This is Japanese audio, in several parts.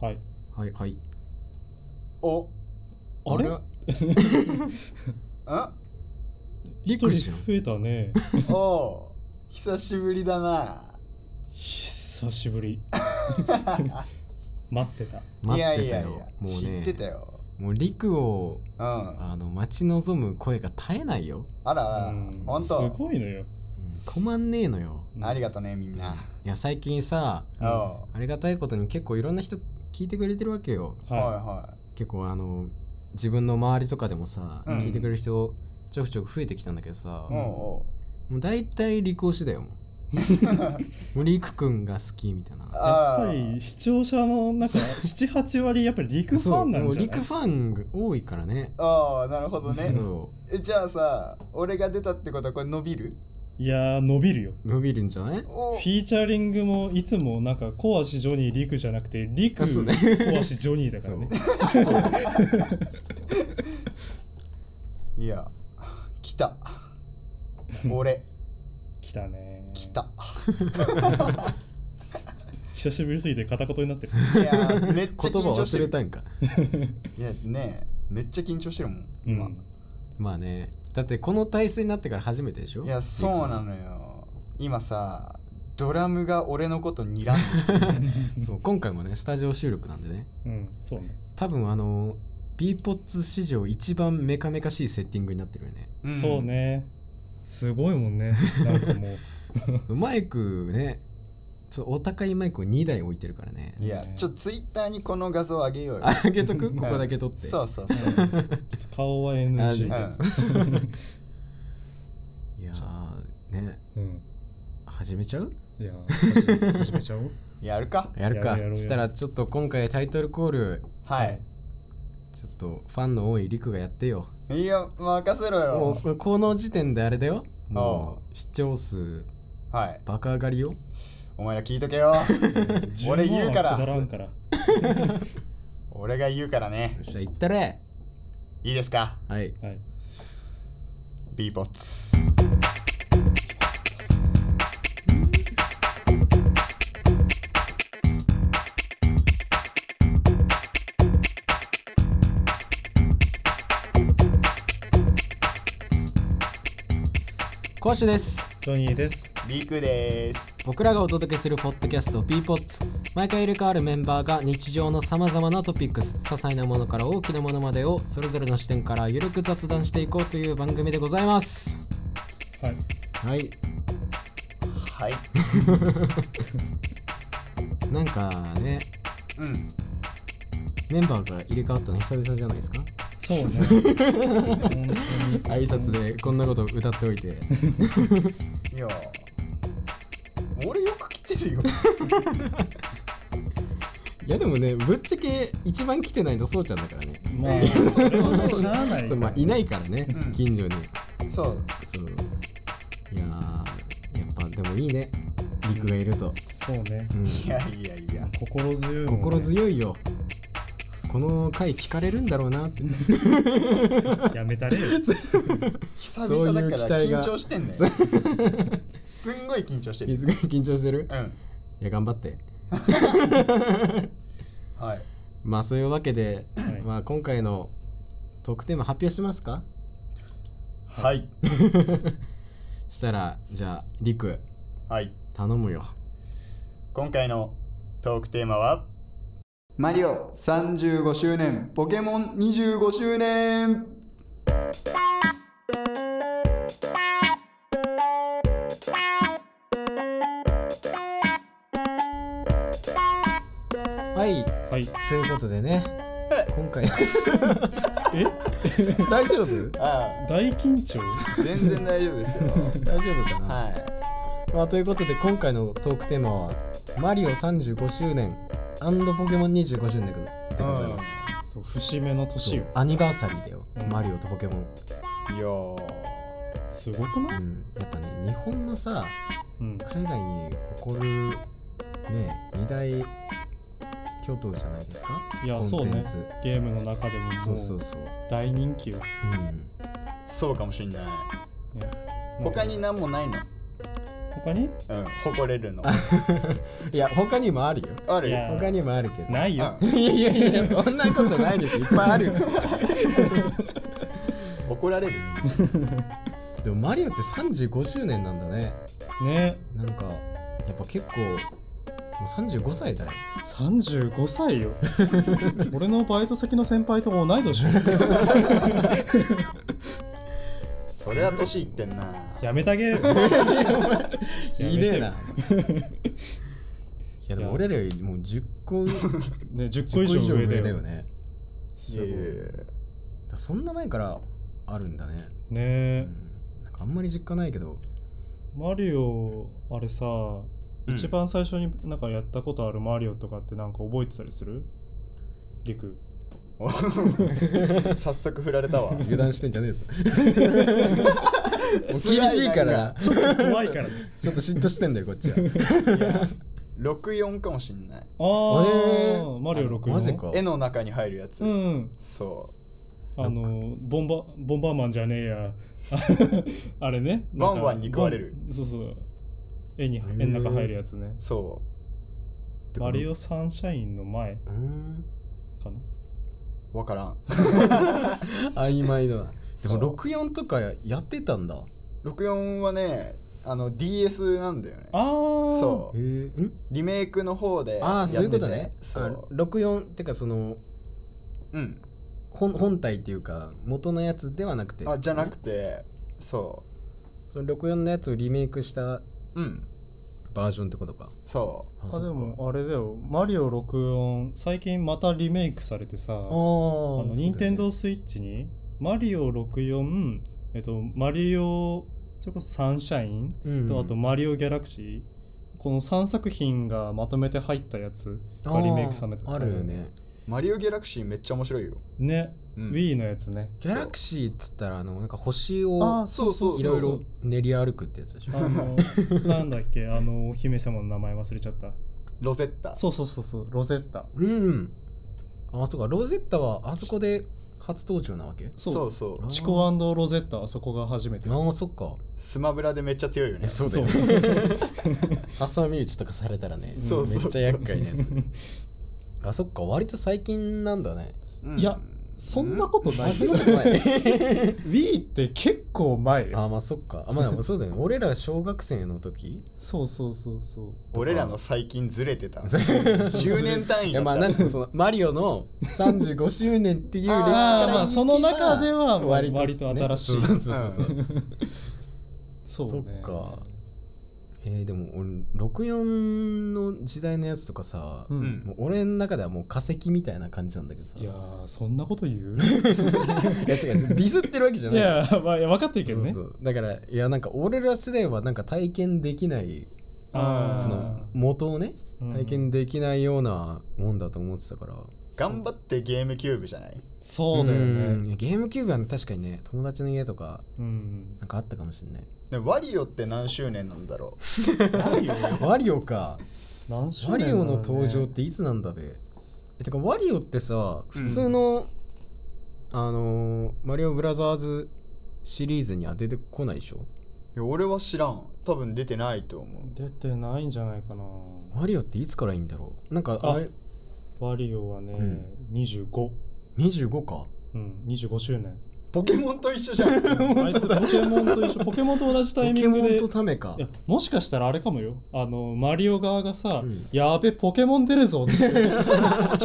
はいはいはいおあれああびっ一人くりした増よえたねおう久しぶりだな久しぶり 待ってた待ってたよいやいやいやもう知ねってたよもうリクをうんああの待ち望む声が絶えないよ、らあらうん本す当ごいのようん、困んねえのようんありがとねみんないや最近さおうはありがたいことに結構いろんな人聞いてくれてるわけよいはは結構あの自分の周りとかでもさ、うん聞いてくれる人ちょくちょく増えてきたんだけどさ、いおうおもう大体リク推しだよ もうもうリクくんが好きみたいなういやっあぱり視聴者のなんか78割やっぱり陸フそァうンなもんうじゃリなクいファンが多いからねあああなるほどねそえじゃあさ俺が出たってことはこれ伸びるいやー伸びるよう伸びるんじゃないおフィーチャリングもいつもなんか小足ジョニーリクじゃなくてリクあそうね小足ジョニーだからねいや来た俺来たね来た久しぶりすぎて片言になってるいやめっちゃ言葉緊張して忘れるたんかいやねめっちゃ緊張してるもんう今、んまあねだってこの体制になってから初めてでしょいやそうなのよ今さドラムが俺のこと睨んできて るそう今回もねスタジオ収録なんでねうんそうね多分あの b ポッツ史上一番メカメカしいセッティングになってるよ ねん そうねすごいもんねなんかもうマイクねちょっとお高いマイクを2台置いてるからねいやちょっとツイッターにこの画像あげようよああげとくここだけ撮ってそうそう そう、ちょっと顔はあ NG ーう、いやーねうん始めちゃういやー始めちゃおうんやるかやるかやろうやろうしたらちょっと今回タイトルコールはいちょっとファンの多いリクがやってよいいよ任せろもようこの時点であれだよもう視聴数はい爆上がりよお前ら聞いとけ よ 俺言うから10万はくだらんから俺が言うからねよっしゃ行ったれいいですかはいはい b ボッツ講師ですジョニーですリクです僕らがお届けするポッドキャスト b p o t s 毎回入れ替わるメンバーが日常のさまざまなトピックス些細なものから大きなものまでをそれぞれの視点からゆるく雑談していこうという番組でございますはいはいはいなんかねうんメンバーが入れ替わったの久々じゃないですかそうね本当 に挨拶でこんなこと歌 っておいていや俺よく来てるよいやでもねぶっちゃけ一番来てないのそうちゃんだからねまあそれはしゃあないそうまあいないからね、うん近所にそうそういやーやっぱでもいいね陸がいると、そうねうんいやいやいや心強いもんね心強いよこの回聞かれるんだろうなってやめた れよ久々だからそういう期待緊が張してんだよすんごい緊張してる水が緊張してるうんいや頑張ってはいまあそういうわけで、はいまあ今回のトークテーマ発表しますかはいしたらじゃあ陸はい頼むよ今回のトークテーマはマリオ35周年ポケモン25周年はいはいということでね今回大丈夫あ大緊張あ全然大丈夫ですよ 大丈夫かな、はまあ、ということで今回のトークテーマは「マリオ35周年ポケモン25周年」でございますそう節目の年よアニバーサリーだよ、うんマリオとポケモン、いいやーすごくなういん、やっぱね日本のさうん海外に誇るね二大京都じゃないですかいやコそうンテねンツゲームの中でももそうそううそう、大人気ようん、そうかもしんないいや他に何もないの他にうん、誇れるの。いや他にもあるよあるいやよ。他にもあるけどないよ、う いやいやいやそんなことないでしょいっぱいあるよ ん怒られる。 でもマリオって35周年なんだねねなんかやっぱ結構もう35歳だよ35歳 よ俺のバイト先の先輩と同い年よそれは年いってんな。やめたげるやめてよいねえない やでも俺らよりもう10個 10ね10個個以以上上上だ上よだよねすごいいやいやいねやだからそんな前からあるんだね、えなんかあんまり実家ないけどマリオあれさ、ん一番最初になんかやったことあるマリオとかってなんか覚えてたりするリクお早速振られたわ。油断してんじゃねえぞもう厳しいからなちょっと怖いからねちょっと嫉妬してんだよこっちは六四かもしんない。あえあーマリオ64マジか絵の中に入るやつう。んそあのボンバボンバーマンじゃねえや あれねワンワンなんかに食われるボンそうそう絵に絵の中入るやつねう。そマリオサンシャインの前うーんかなう。わからん。曖昧だなでそうも64とかやってたんだへ六四はね、あの DS なんだよね。ああそえう。んリメイクの方であやあってて。そういうことねあそう。 64ってかそのうん。本本体っていうか元のやつではなくてあじゃなくて、そその64のやつをリメイクしたう。うん。バージョンってことかそあそあっかでもあれだよマリオ64最近またリメイクされてさああのー任天堂スイッチにマリオ64えっとマリオそれこそサンシャインうんとあとマリオギャラクシーこの3作品がまとめて入ったやつがリメイクされたあーあるよねう。マリオギャラクシーめっちゃ面白いよ。ね、うん Wii のやつねギャラクシーっつったらあのなんかあ星をそうそうそう。いろいろ練り歩くってやつでしょあのなんだっ けあのお姫様の名前忘れちゃったロゼッタ。そうそうそうそうロゼッタうんあそうかロゼッタはあそこで初登場なわけそうそうそうあーチコロゼッタはそこが初めてああそっかスマブラでめっちゃ強いよね。そうだよ 朝身打ちとかされたらねそうそうそうめっちゃ厄介なやつ あそっか割と最近なんだねうんいやそんなこと ないあそんなことない Wii って結構前よあまあそっかあまあでもそうだよね俺ら小学生の時そうそうそうそう俺らの最近ずれて た。10年単い位やだまあっなたん。つうのそのマリオの35周年っていう歴史からあーまあ見てその中ではまあ割と,、割と新しいそうそうそうそう、そうそねっかえー、でも俺64の時代のやつとかさ、ううんんもう俺の中ではもう化石みたいな感じなんだけどさいやーそんなこと言う いや違うディスってるわけじゃいないやー、まあ、いや分かってるけそどうねそうだからいやなんか俺ら世代はなんか体験できないあーその元をねうん体験できないようなもんだと思ってたから、頑張ってゲームキューブじゃない。そうだようんいねやゲームキューブはね確かにね友達の家とかうんなんかあったかもしれないねワリオって何周年なんだろ ワリオか何周ワ年リだろオうねの登場っていつなんだべえてかワリオってさうん普通の、あのーマリオブラザーズシリーズには出てこないでしょう。いや俺は知らん。多分出てないと思う。出てないんじゃないかなワリオっていつからいいんだろうなんかあれワリオはね、ん25 25かうん25周年ポケモンと一緒じゃん。あいつポケモンと一緒ポケモンと同じタイポミケングモンでとタメかいやもしかしたらあれかもよあのマリオ側がさ「うんやべポケモン出る ぞ」って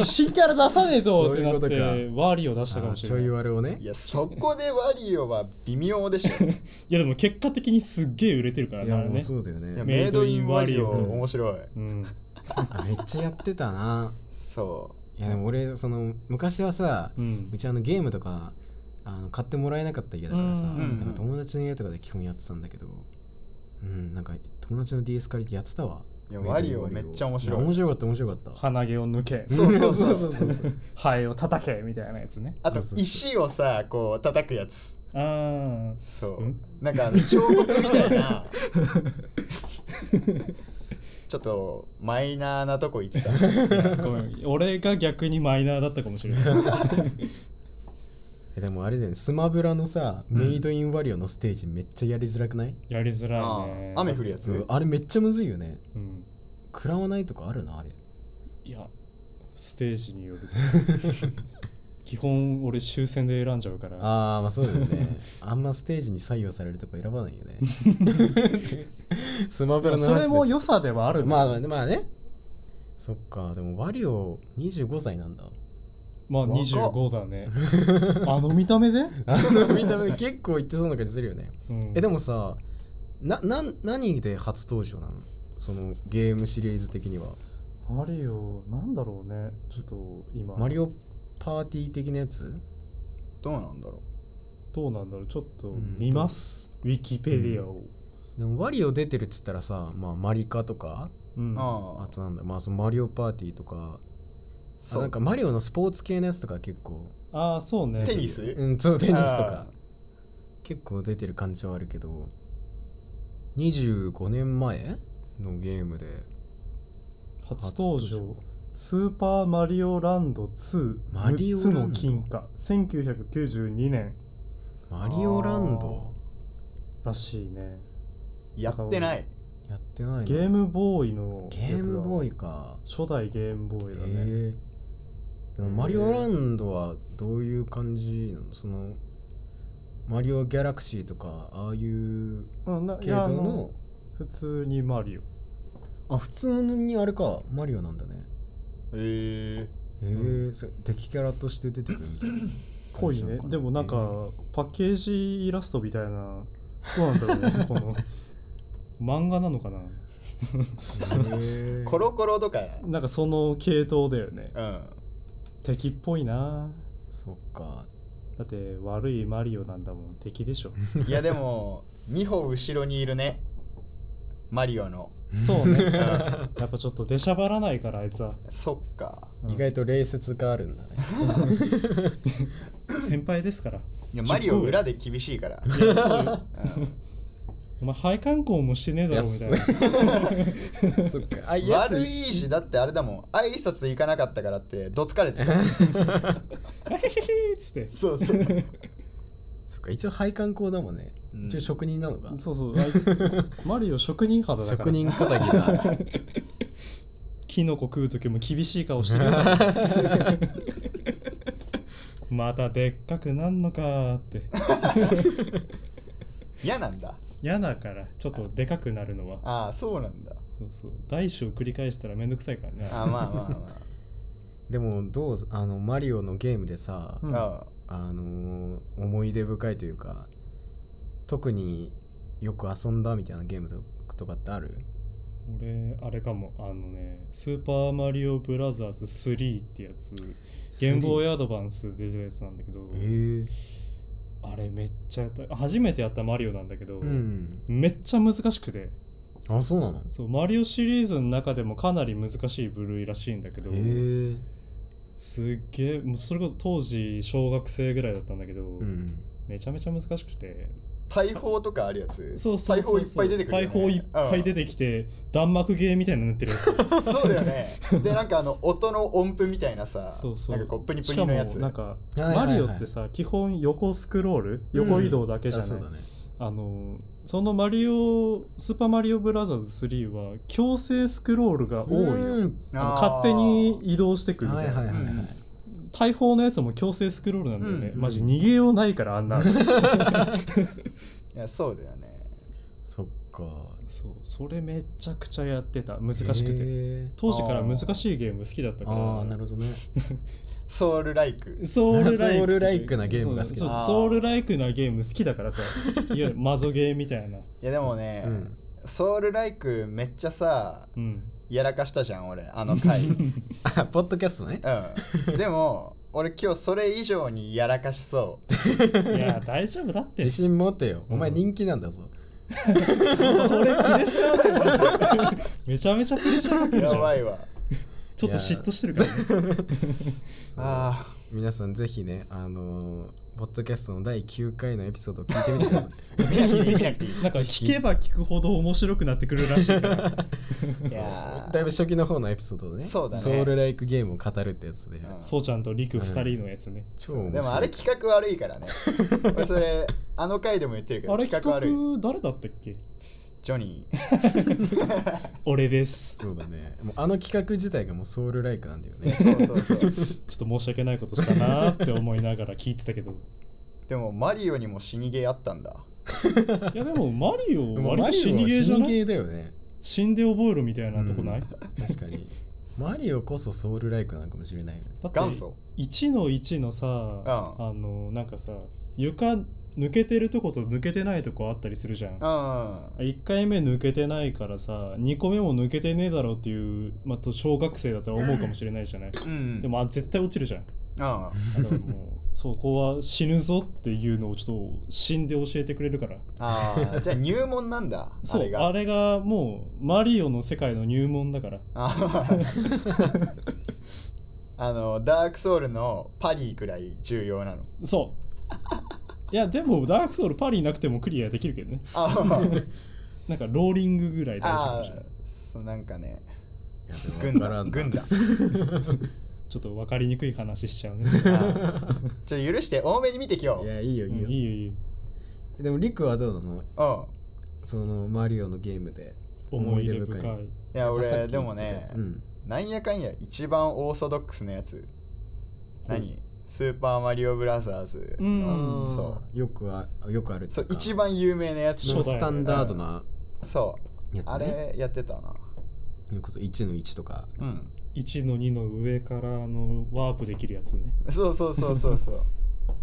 新キャラ出さねえぞそっうていうなことっかてワリオ出したかあもしちょれいない割れをねいやそこでワリオは微妙でしょ。いやでも結果的にすっげえ売れてるからいねやあれもうねそうだよいやねメイドインワリオメイドインワリオ面白い。うんあめっちゃやってたなそいやでも俺その昔はさうんうちあのゲームとかあの買ってもらえなかった家だからさ、うんうんうんなんか友達の家とかで基本やってたんだけどうんなんか友達の DS 借りてやってたわいやメイドインワリオめっちゃ面白いや面白かった面白かった鼻毛を抜けう。 そうそうそそう。うそうそうハエを叩けみたいなやつねあと石をさこう叩くやつ。ああそう、うんなんかあの彫刻みたいなちょっとマイナーなとこ行ってた ごめん俺が逆にマイナーだったかもしれない ええでもあれだよねスマブラのさ、うんメイドインワリオのステージめっちゃやりづらくない、やりづらあいねあ雨降るやつ、うんあれめっちゃむずいよねうん食らわないとかあるなあれいやステージによ る基本俺終戦で選んじゃうからああまあそうだよね あんまステージに左右されるとこ選ばないよ ねスマブラの話それもよ良さではあるんだまあまあまあねそっかでもワリオ25 歳なんだまあ若っ25だ ねあの見た目で、あの見た目結構いってそうな感じするよねうんえでもさなな何で初登場なのそのゲームシリーズ的にはマリオなんだろうねちょっと今マリオパーティー的なやつどうなんだろどうなんだろうちょっとうん見ます、ウィキペディアを、でもワリオ出てるっつったらさ、まあ、マリカとかうんう、あああとなんだ、まあ、そのマリオパーティーとかあそうなんかマリオのスポーツ系のやつとか結構ああそうねテニス、うんそうテニスとかあー結構出てる感じはあるけど25年前のゲームで初登場スーパーマリオランド2マリオ6ラつンドの金貨1992年マリオランドらしいねやってないやってないのゲームボーイのゲームボイーイか初代ゲームボーイだね、へえでもマリオランドはどういう感じなのそのマリオギャラクシーとかああいううんない系やあ統のの普通にマリオあ普通にあれかマリオなんだねへえへえ、それ敵キャラとして出てくるみたいなぽいね でもなんかパッケージイラストみたいなどうなんだろうねこ の漫画なのかなへえ コロコロとかなんかその系統だよねうん敵っぽいなそっかだって悪いマリオなんだもん敵でしょいやでも2歩後ろにいるねマリオの、そう うねん、やっぱちょっと出しゃばらないからあいつはそっか意外と礼節があるんだね先輩ですからいやマリオ裏で厳しいからいやそうよお前配管工もしてねえだろみたいな そっかあいや 悪ついしだってあれだもん挨拶行かなかったからってどつかれてた「 へへへ」っつって そうそうそっか一応配管工だもんね、うん一応職人なのかそうそうあい マリオ職人肌だから職人仇だキノコ食う時も厳しい顔してる よなまたでっかくなんのかーって嫌なんだ嫌だからちょっとでかくなるのはああそうなんだそうそう大小繰り返したらめんどくさいからねああまあまあまあ でもどうあのマリオのゲームでさ、うんああのー思い出深いというか特によく遊んだみたいなゲームととかってある俺あれかもあのね「スーパーマリオブラザーズ3」ってやつゲームボーイアドバンスで出てるやつなんだけど、へえあれめっちゃやった初めてやったマリオなんだけど、うんめっちゃ難しくてあそうなのへそうマリオシリーズの中でもかなり難しい部類らしいんだけど、えすっげえもうそれこそ当時小学生ぐらいだったんだけど、うんめちゃめちゃ難しくて大砲とかあるやつそうそう大そ砲ういっそぱうい出てくるよね、大砲いっぱい出ててきて弾幕ゲーみたいになってるやつそうだよねでなんかあの音の音符みたいなさそうそうなんかこうプニプしニかのやもつなんかはいはいはいマリオってさ基本横スクロール横移動だけじゃなあい、そうだねあのそのマリオスーパーマリオブラザーズ3は強制スクロールが多いよ、うんあのあー勝手に移動してくるみたはいな、いはいはいはい、うん大砲のやつも強制スクロールなんだよね、うんマジ逃げようないからあんないやそうだよねそっかそうそれめちゃくちゃやってた難しくてへえ当時から難しいゲーム好きだったからああなるほどねソウルライクソウルライクソウルライクなゲームが好きだそうそうあーソウルライクなゲーム好きだから さいやマゾゲーみたいないやでもね、うんソウルライクめっちゃさうんやらかしたじゃん俺あの 回うんあ ポッドキャストねでも俺今日それ以上にやらかしそいや大丈夫だって自信持ってよお前うん人気なんだぞ、それプレッシャーだよマジでめちゃめちゃプレッシャーかけうるじゃやんばいわちょっと嫉妬してるからねそうあ皆さんぜひねあのーポッドキャストの第9回のエピソードを聞いてみてくださいぜひぜひなくていい。なんか聞けば聞くほど面白くなってくるらしいから いやーだいぶ初期の方のエピソードでねそうだねソウルライクゲームを語るってやつで、うんそうちゃんとりく2人のやつね、超面白いでもあれ企画悪いからね。俺それ、あの回でも言ってるけど、あれ企画悪い。企画誰だったっけジョニー。俺ですそうだねもうあの企画自体がもうソウルライクなんだよ ねそうそうそう。ちょっと申し訳ないことしたなーって思いながら聞いてたけどでも、マリオにも死にゲーあったんだ。いやでもマリオでも割と死にゲーじゃマリオは死になゲいーだよね死んで覚えるみたいなとこない、うん確かにマリオこそソウルライクなのかもしれないよねだって元祖。 1の1のさ、あのなんかさ床抜けてるとこと抜けてないとこあったりするじゃんうん。 1回目抜けてないからさ2個目も抜けてねえだろうっていう、まあ、と小学生だったら思うかもしれないじゃない、うん。でもあ絶対落ちるじゃんうん。だからもうそこは死ぬぞっていうのをちょっと死んで教えてくれるからああ、じゃあ入門なんだ。あそうあれれが。がもうマリオの世界の入門だからあー あの、ダークソウルのパリーくらい重要なの。そう いやでもダークソウルパリなくてもクリアできるけどねあーなんかローリングぐらい大丈夫かあもしれないー、そうなんかね、いやで軍もわからだ。んな軍だ。ちょっと分かりにくい話しちゃうねあーちょっと許して、多めに見てきよ。いうやいいよういいんよ、いいよいいよでもリクはどうなのうん。そのマリオのゲームで思い出深い思いいやさっき言っ俺てでもたやねつ、うん、なんやかんや一番オーソドックスなやつほう何スーパーマリオブラザーズうんのそよくはよくあるっうていそううか一番有名なやつ初代スタンダードなそうやつねあれやってたなそれこそ1の1とかうん1の2の上からのワープできるやつね そうそうそうそうそう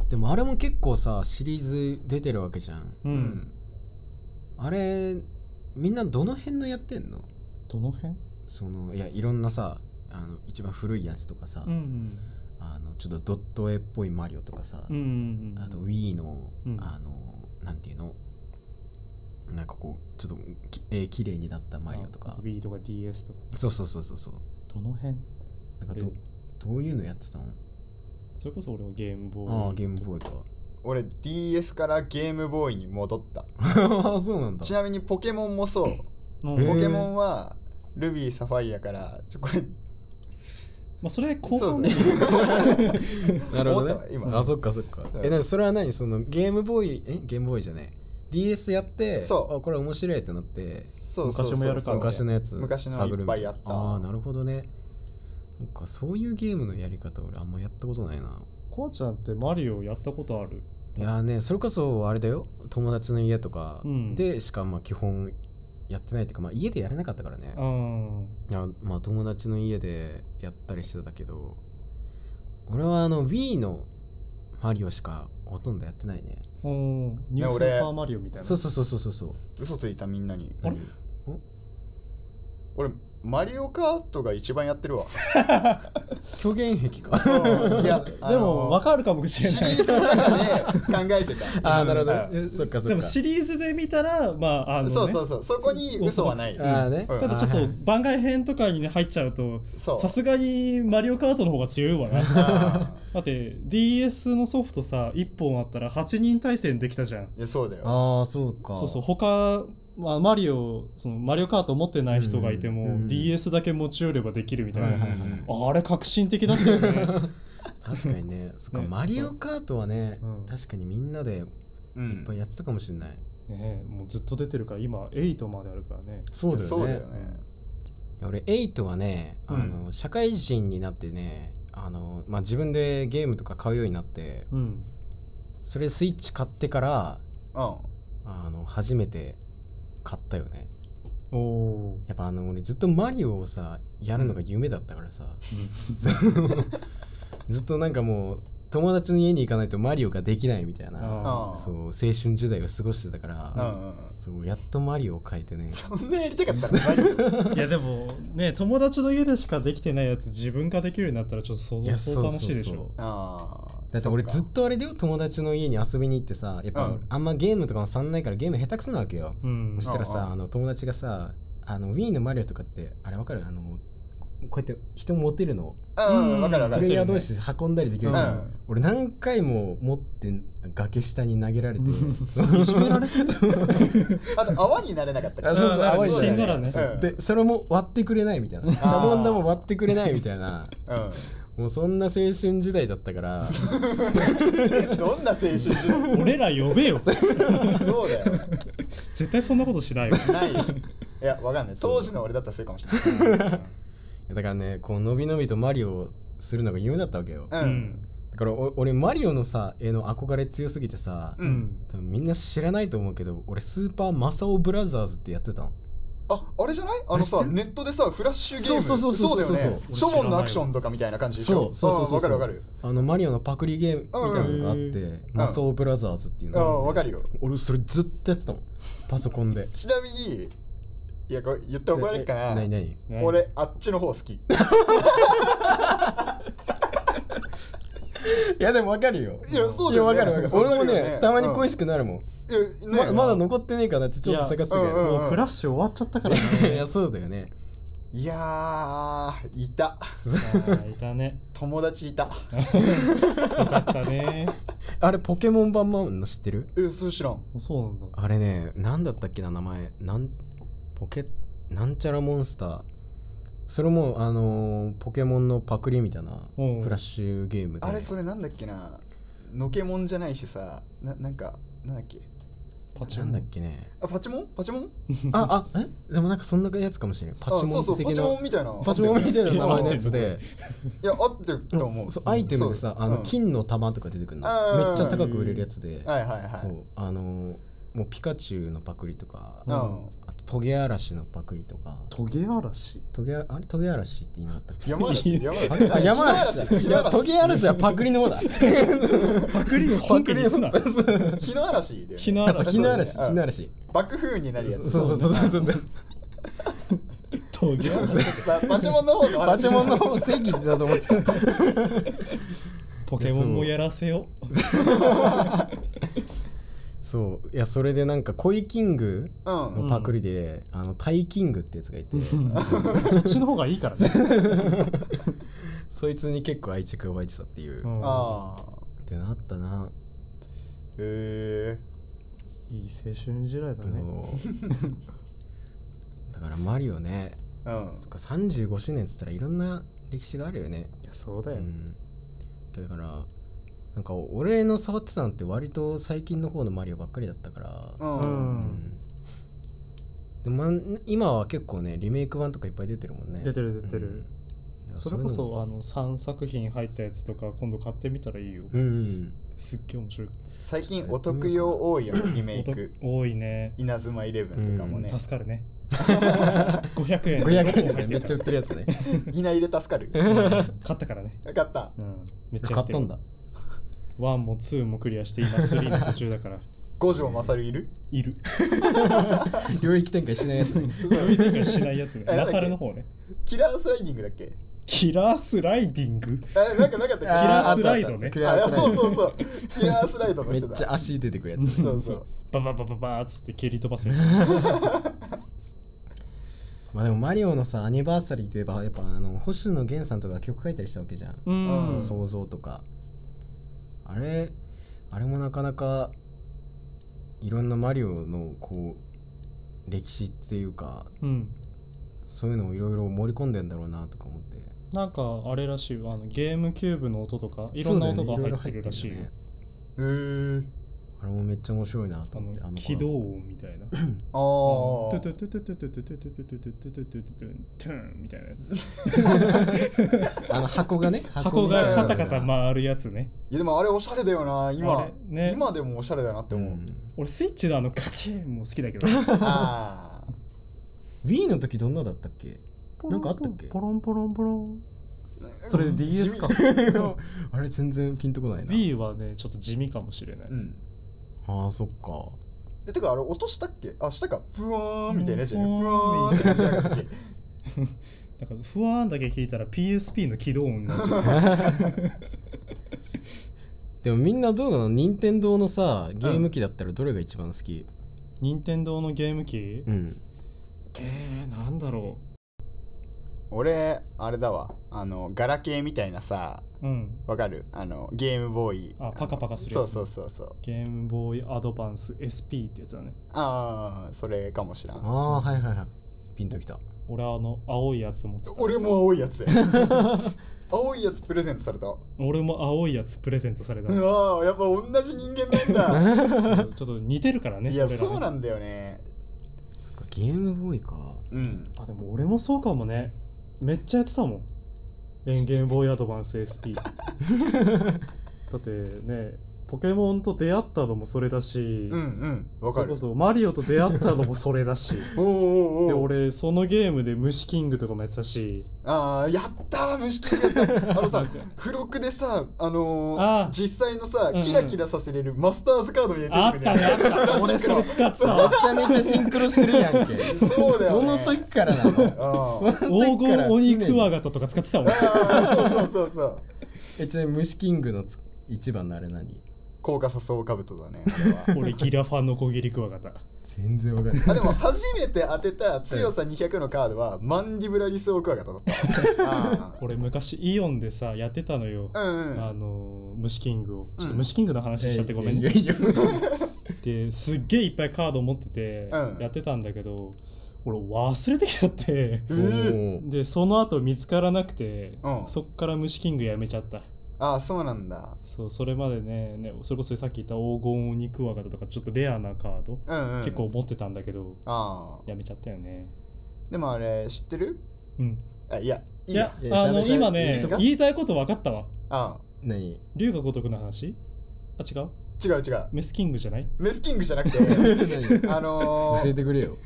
でもあれも結構さシリーズ出てるわけじゃんう、うんんあれみんなどの辺のやってんのどの辺そのいやいろんなさあの一番古いやつとかさ、うんあのちょっとドット絵っぽいマリオとかさ、うんうんあと Wii の、うんあのなんていうのなんかこうちょっときえー綺麗になったマリオとかあ Wii とか DS とかそうそうそうそうそうどの辺なんかどどういうのやってたのそれこそ俺はゲームボーイああーゲームボーイか俺 DS からゲームボーイに戻ったああ そうなんだちなみにポケモンもそううんへーポケモンはルビーサファイアからちょこれまあそれ後そう半でですねなるほど思ったわね今あそっかそっかうんえなにそれは何そのゲームボーイえゲームボーイじゃない DS やってそうあこれ面白いってなってそうそうそう昔もやるかそう昔のやつ昔の探るみたいっぱいやったああなるほどねそっかそういうゲームのやり方俺あんまやったことないなこうちゃんってマリオやったことあるいやーねそれこそあれだよ友達の家とかうんでしかまあ基本やってないっていうか、まあ、家でやれなかったからねうんいやまあ友達の家でやったりしてたけど俺はあの Wii のマリオしかほとんどやってないねうんニュースーパーマリオみたいなそうそうそうそうそうそう嘘ついたみんなにあれ俺マリオカートが一番やってるわ虚言癖かいやでも分るかるかもしれシリないーズの中で考えてたあーなるほどねうん えそっかそっかでもシリーズで見たらまああの、ね、そうそうそうそこに嘘はないうんああねうんただちょっあーとはいはい番外編とかにね入っちゃうとそうさすがにマリオカートの方が強い わなあだって DS のソフトさ1本あったら8人対戦できたじゃんーいやそうだよああそうかそうそう他、まあ、マリオそのマリオカート持ってない人がいても、うんうん DS だけ持ち寄ればできるみたいな、はいはいはいあれ革新的だったよね 確かにねそっか、ねマリオカートはね、うん確かにみんなでいっうんぱいやってたかもしれない、ねえもうずっと出てるから今8まであるからねそうだよねそうだよねいや俺8はねあの、社会人になってねあの、まあ、自分でゲームとか買うようになってうんそれスイッチ買ってからうんあの初めて買ったよねおおやっぱあの俺ずっとマリオをさやるのが夢だったからさ、ずっとなんかもう友達の家に行かないとマリオができないみたいなあーそう青春時代を過ごしてたかうら、んうんそうやっとマリオを変えてねそんなやりたかったのマリオいやでもね友達の家でしかできてないやつ自分ができるようになったらちょっと想い像やそう楽しいでしょあーだって俺ずそっとあれだよ友達の家に遊びに行ってさやっうぱんあんまゲームとかもさんないからゲーム下手くそなわけよ、うんそしたらうんさうんあの友達がさあの Wii のマリオとかってあれわかるあのこうやって人持てるのうんわかるわかプるレイヤー同士で運んだりできるじゃん、うん俺何回も持って崖下に投げられてそいのじめられてるあと泡になれなかったかあらそうそあうなんか青いの死んだらねうんでそれも割ってくれないみたいなシーャボン玉割ってくれないみたいなうもうそんな青春時代だったからんどんな青春中俺ら呼べよそうだよ絶対そんなことしないよないよいやわかんない当時の俺だったらそうかもしれだからねこうのびのびとマリオをするのが夢だったわけよなういうんんだからお俺マリオのさ絵の憧れ強すぎてさ、ううんん多分みんな知らないと思うけど俺スーパーマサオブラザーズってやってたのああれじゃないあのさネットでさフラッシュゲームそうそうそうそうだよねそうショボンのアクションとかみたいな感じでしそょうそうそうそうそんうわかるわかるあのマリオのパクリゲームみたいなのがあっうんて、うんマサオブラザーズっていうあのがあるあのわかるよ俺それずっとやってたもんパソコンでちなみにいやこれ言って怒られるかええな何何俺あっちの方好きいやでもわかるよ。いやそうだよいねやわかるわかる。俺もわかるよねね、たまに恋しくなるもん。いやまねまだ残ってねえかなってちょっと探すけいやうんど。もうフラッシュ終わっちゃった からいやねそうだよね。いやーい たあーいたね友達いたよかったねあれポケモン版もあんの知ってる？えそう知らんそうなんだあれね、なんだったっけな名前、なんポケなんちゃらモンスター。それもあのーポケモンのパクリみたいなうんフラッシュゲームで。あれそれなんだっけなのけもんじゃないしさななんかなんだっけパチなモんだっンけね。あパチモンパチモン ああえでもなんかそんなやつかもしれない。パチあモそうそンう的パチなモンみたいなパチモンみたいな名前のやついや合で。いや合ってると思うそうアイテムでさそうあの、うん金の玉とか出てくるあのーめっちゃ高く売れるやつで、はいはいはそいうあのーもうピカチュウのパクリとか、うあんとトゲアラシのパクリとかトゲ嵐トゲアあれトゲアラシって言いなかったっけ山 嵐山嵐あ山嵐だ火の嵐トゲアラシはパクリの方だパクリを本家にす なパクリの方 そう火の嵐だよね火のあそう火の嵐そうだね火の嵐爆風になるやつそうそうそうそうそうトゲ嵐パパチモンの方のパ話チモンの方正義だと思ってたポケモンもやらせよそういやそれでなんかコイキングうんのパクリで、あのタイキングってやつがいてそっちの方がいいからねそいつに結構愛着が湧いてたっていう、っ あああてなったなへえいい青春時代だねそう だからマリオねうんそっか35周年っつったらいろんな歴史があるよね、いやそうだうよん、だからなんか俺の触ってたのって割と最近の方のマリオばっかりだったから、ううんんでもま今は結構ねリメイク版とかいっぱい出てるもんね出てる出てうるんいやそれこういうのそあの3作品入ったやつとか今度買ってみたらいいようんうんすっげえ面白い最近お得用多いよねリメイクお得多いね稲妻イレブンとかもね助かる ね500円500円でとかめっちゃ売ってるやつね稲入れ助かる買ったからねよかったうんめっちゃ買ったんだ1も2もクリアして今3の途中だから 五条勝いるいる領域展開し ないやつねそういう展開しないやつねえなんだラっけサルの方ねキラースライディングだっけキラースライディングあれなんかなかったっけキキラースライドねキーラあーいスやライそうドそうそうキラースライドのめ人っちゃだ足出てくるやつそうそうバババババーっつって蹴り飛ばせるまあでもマリオのさアニバーサリーといえばやっぱあの星野源さんとか曲書いたりしたわけじゃん、うんうん想像とかあれあれもなかなかいろんなマリオのこう歴史っていうかうんそういうのをいろいろ盛り込んでんだろうなとか思ってなんかあれらしいよあのゲームキューブの音とかいろんな音がそ入うだよってるらしいよねろろ入ってるよねへえあれもめっちゃ面白いなとあ思ってのの起動音みたいなあトゥートゥトゥトゥトゥトゥトゥトゥトゥトゥトゥトゥトゥトゥトゥンみたいなやつあの箱がね箱がカタカタ回るやつねいやでもあれおしゃれだよなあ今れね今でもおしゃれだなってう思うん俺スイッチのあのカチンも好きだけどああ Wii の時どんなだったっけなんかあったっけポロンポロンポロンそれで DS かあれ全然ピンとこないな B はねちょっと地味かもしれないうんあーそっかえてかあれ落としたっけあしたかふわーんみたいなやつじゃうんふわーんって感じじゃなかったっけだからふわーんだけ聞いたら PSP の起動音になるでもみんなどうなの任天堂のさゲーム機だったらどれが一番好き任天堂のゲーム機うんえー、なんだろう俺あれだわあのガラケーみたいなさうんわかるあのゲームボーイあパカパカするそやうつそうそうそうゲームボーイアドバンス SP ってやつだねああそれかもしらんああーはいはいはいピンときた俺はあの青いやつ持ってた俺も青いや つや青いやつプレゼントされたう俺も青いやつプレゼントさ れたそうわーやっぱ同じ人間なんだちょっと似てるから ねいや俺らねそうなんだよねそっかゲームボーイかうんあでも俺もそうかもねめっちゃやってたもんレンゲームボーイアドバンス SP だってねポケモンと出会ったのもそれだし、うんうんわそかれこるそマリオと出会ったのもそれだしおーおーでおお俺そのゲームで虫キングとかもやってたしああやったー虫キング やったあのさ付録でさあのーあー実際のさうんうんキラキラさせれるマスターズカードみたいあなっ出たてねくあっるよた ね俺ラジそクロれ使ってた わめちゃめちゃシンクロするやんけそうだよねその時からなのうんその黄時から金オニク常ワにガタとか使ってたもんあーそうそうそうそうえちなみに虫キングのつ一番のあれ何高架誘うかぶとだねあれは俺ギラファンの小切りクワガタ全然わかんないあでも初めて当てた強さ200のカードはマンディブラリスオクワガタだった。あ俺昔イオンでさやってたのよ、あうんうん。あの虫キングをちょっとうん虫キングの話しちゃってごめんねいやいやいやですっげえいっぱいカード持っててうんやってたんだけど、俺忘れてきちゃってえーおーでその後見つからなくて、うんそっから虫キングやめちゃったああそうなんだ。そうそれまでねねそれこそさっき言った黄金鬼クワガタとかちょっとレアなカード、うんうん。結構。持ってたんだけどああ。やめちゃったよねでもあれ知ってるうんあいや、いいいやや。いやあの喋り今いいでねすか言いたいこと分かったわああ何龍が如くの話あ違う違う違う。メスキングじゃないメスキングじゃな くて、何あの教えー、てくれよ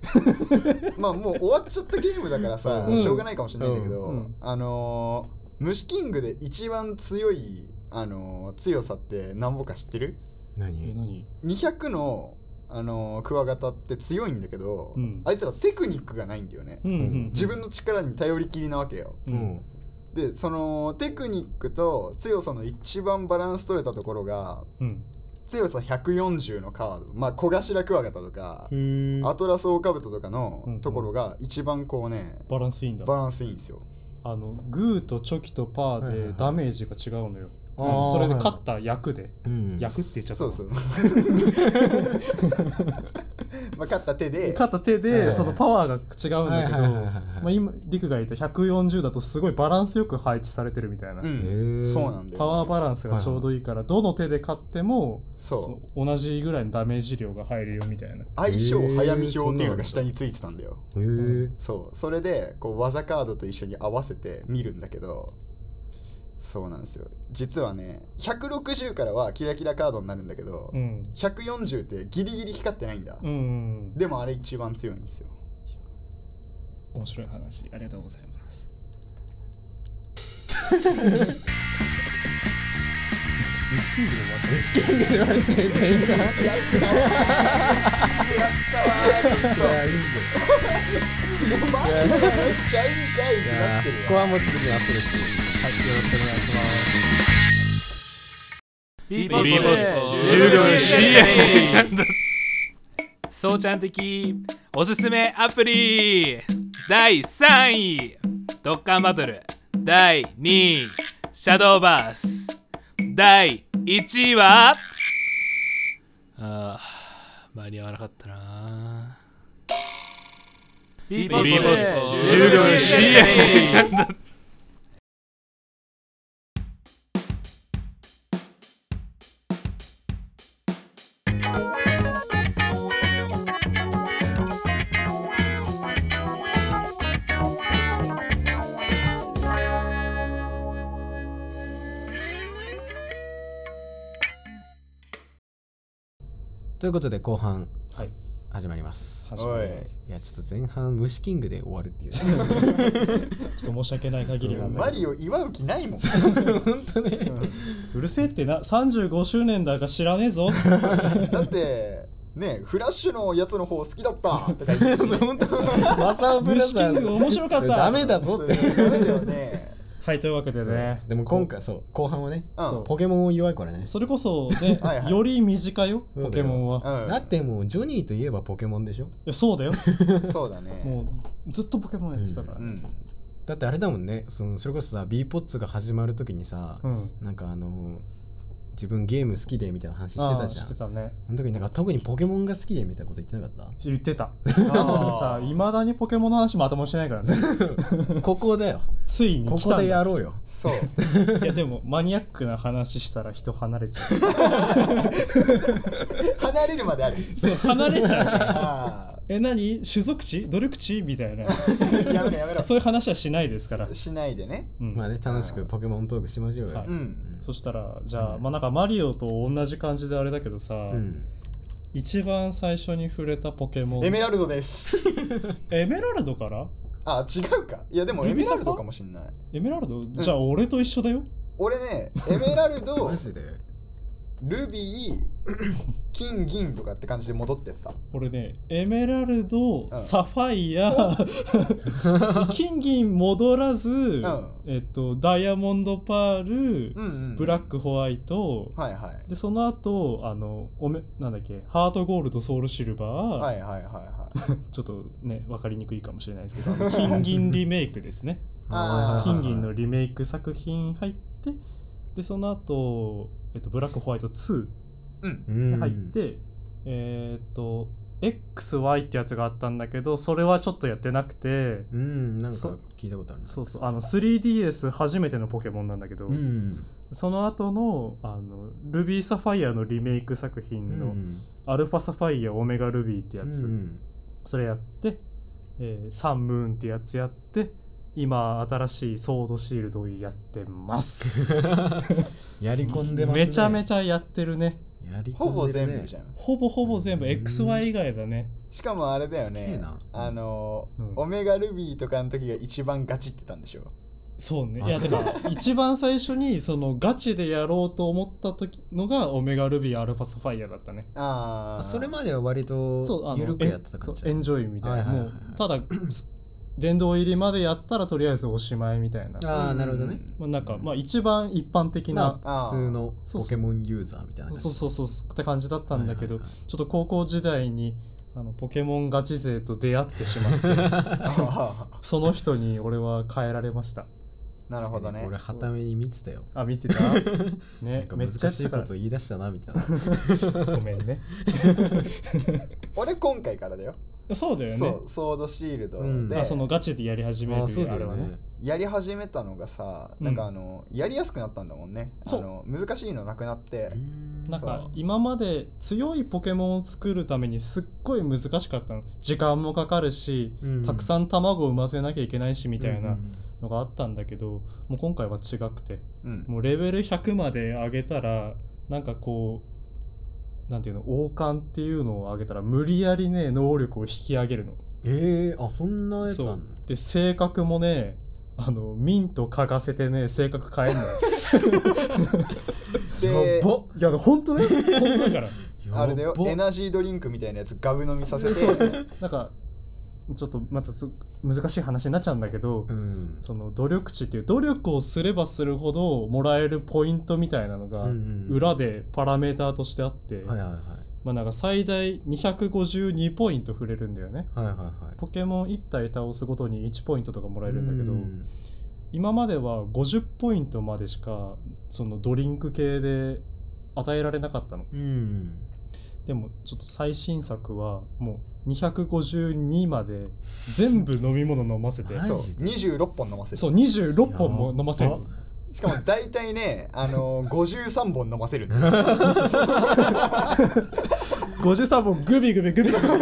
まあもう終わっちゃったゲームだからさ、うんしょうがないかもしれないんだけど、うんうんあのー、虫キングで一番強い、あのー、強さって何ぼか知ってるえ何何200の、あのークワガタって強いんだけど、うんあいつらテクニックがないんだよね、うんうん自分の力に頼りきりなわけよううんんでそのテクニックと強さの一番バランス取れたところがうん強さ140のカードまあ小頭クワガタとかへーアトラスオオカブトとかうんうのんところが一番こうねバランスいいんだバランスいいんですよあのグーとチョキとパはいはいーはいでダメージが違うのよ、あーうんそれで勝った役で、うん役って言っちゃったそわうそう まあ勝った手で勝った手はいはいはでいそのパワーが違うんだけはどいはいはいはいはいまあ今陸が言った140だとすごいバランスよく配置されてるみたいな、うんへーそうなんだよねパワーバランスがちょうどいいから、どの手で勝ってもそうその同じぐらいのダメージ量が入るよみたいな相性早見表っていうへのーが下についてたんだよへえそうそれでこう技カードと一緒に合わせて見るんだけどそうなんですよ実はね160からはキラキラカードになるんだけど、うん140ってギリギリ光ってないんだ、うんうんでもあれ一番強いんですよ面白い話ありがとうございますミスキングで終わっちゃう虫キングで言われちゃいけないんだいやいいやったわーちょっじゃとんお前らの話しちゃうんかいってなってるここわはもう次に後です。はい、よろしくお願いします。ビーボッボッツツ10秒でそうちゃん的おすすめアプリ第3位ドッカンバトル第2位シャドーバース第1位はあー間に合わなかったなビービーボッツ10 10秒秒でで CX ということで後半はい始まります。始まりますいやちょっと前半虫キングで終わる っていう。ちょっと申し訳ない限りなんだマけどリオ祝う気ないもん本当ね。うるせえってな35周年だか知らねえぞだってねフラッシュのやつの方好きだったとか言ってるし本当そう。マサオブラ虫ザキーンズグ面白かった ダメだぞって。ダメだよねはいというわけでねでも今回そう後半はね、うんそうポケモンを弱いからね。それこそねはいはいより身近よそうだよポケモンはうんだってもうジョニーといえばポケモンでしょ。いやそうだよそうだねもうずっとポケモンやってたからうねんだってあれだもんねそのそれこそさ B ポッツが始まる時にさ、うんなんかあの自分ゲーム好きでみたいな話してあたあじゃしんてたねその時になんか特にポケモンが好きでみたいなこと言ってなかっ言ってたもう さいまだにポケモンの話も頭にしないからね たここだよついにこ来たこんでやだろうよそういやでもマニアックな話したら人離れちゃ離れるまであるうそう離れちゃうからあ え何種族地どれ口みたいなーやめろやめろそういう話はしないですから、しないでねうんまあね楽しくポケモントークしましょうよ、はいうんそしたらじゃあまあなんかマリオと同じ感じであれだけどさ、うん一番最初に触れたポケモンエメラルドですエメラルドからあ違うかいやでもエメラルドかもしんないエメラルドじゃあ俺と一緒だよ、俺ねエメラルドマジでルビー金銀とかって感じで戻ってった俺ねエメラルド、うんサファイア 金銀戻らず、えっと、ダイヤモンドパール、うんうんブラックホワイト、はいはいでその後あのおめなんだっけハートゴールドソウルシルバー、はいはいはいはいちょっとね分かりにくいかもしれないですけどあの 金銀リメイクですねあー金銀のリメイク作品入ってでその後、えっとブラックホワイト2うんうん入って、えーっと XY ってやつがあったんだけどそれはちょっとやってなくてうんなんそか聞いたことあるなそうそうあの 3DS 初めてのポケモンなんだけど、うんその後のあのルビーサファイアのリメイク作うん品のアルファサファイアオメガルビーってやつ、うんそれやって、えーサンムーンってやつやって今新しいソードシールドをやってます やり込んでますねめちゃめちゃやってるねやり込んでるねほぼ全部じゃんほぼほぼ全部うん XY 以外だねしかもあれだよすげえねなあのーうんオメガルビーとかの時が一番ガチってたんでしょそうねあいやそだうから一番最初にそのガチでやろうと思った時のがオメガルビーアルファサファイアだったねああそれまでは割とそうあの緩くやってたえ感そうじエンジョイみたいなはいもはういはいはいただ殿堂入りまでやったらとりあえずおしまいみたいなああなるほどねまあ、なんかまあ一番一般的なまああー普通のポケモンユーザーみたいな感じそうそうそうって感じだったんだけど、はいはいはちょっと高校時代にあのポケモンガチ勢と出会ってしま ってあその人に俺は変えられましたー なるほどね俺はために見てたよあ見 てたなんねかめ難っちゃやっしていたかこらと言い出したなみたいなごめんね俺今回からだよそうだよねそうソードシールドうんあでそのガチでやり始めるあそうだあれよはねねやり始めたのがさうんなんかあのやりやすくなったんだもんねあそうの難しいのなくなってなんそかう今まで強いポケモンを作るためにすっごい難しかったの時間もかかるし、うんたくさん卵を産ませなきゃいけないしみみたいなのがあったんだけど、もう今回は違くてうんもうレベル100まで上げたらなんかこうなんていうの王冠っていうのを上げたら無理やりね能力を引き上げるのえー、あそんなやつあんそのうで性格もねあのミント嗅がせてね性格変える のよでやばっいや本 当ね本当だからあれだよやばっエナジードリンクみたいなやつガブ飲みさせてそうそうなんかちょっとまたちょっと難しい話になっちゃうんだけど、うんその努力値っていう努力をすればするほどもらえるポイントみたいなのがうんうん裏でパラメーターとしてあって、はいはいはいまあ、なんか最大252ポイント触れるんだよねはいはいはいポケモン1体倒すごとに1ポイントとかもらえるんだけど、うん今までは50ポイントまでしかそのドリンク系で与えられなかったのうんでもちょっと最新作はもう252まで全部飲み物飲ませてマジそう26本飲ませるそう26本も飲ませるやばしかも大体ね、あ のー、53本飲ませるんだよ53本グビグビグビグビグビ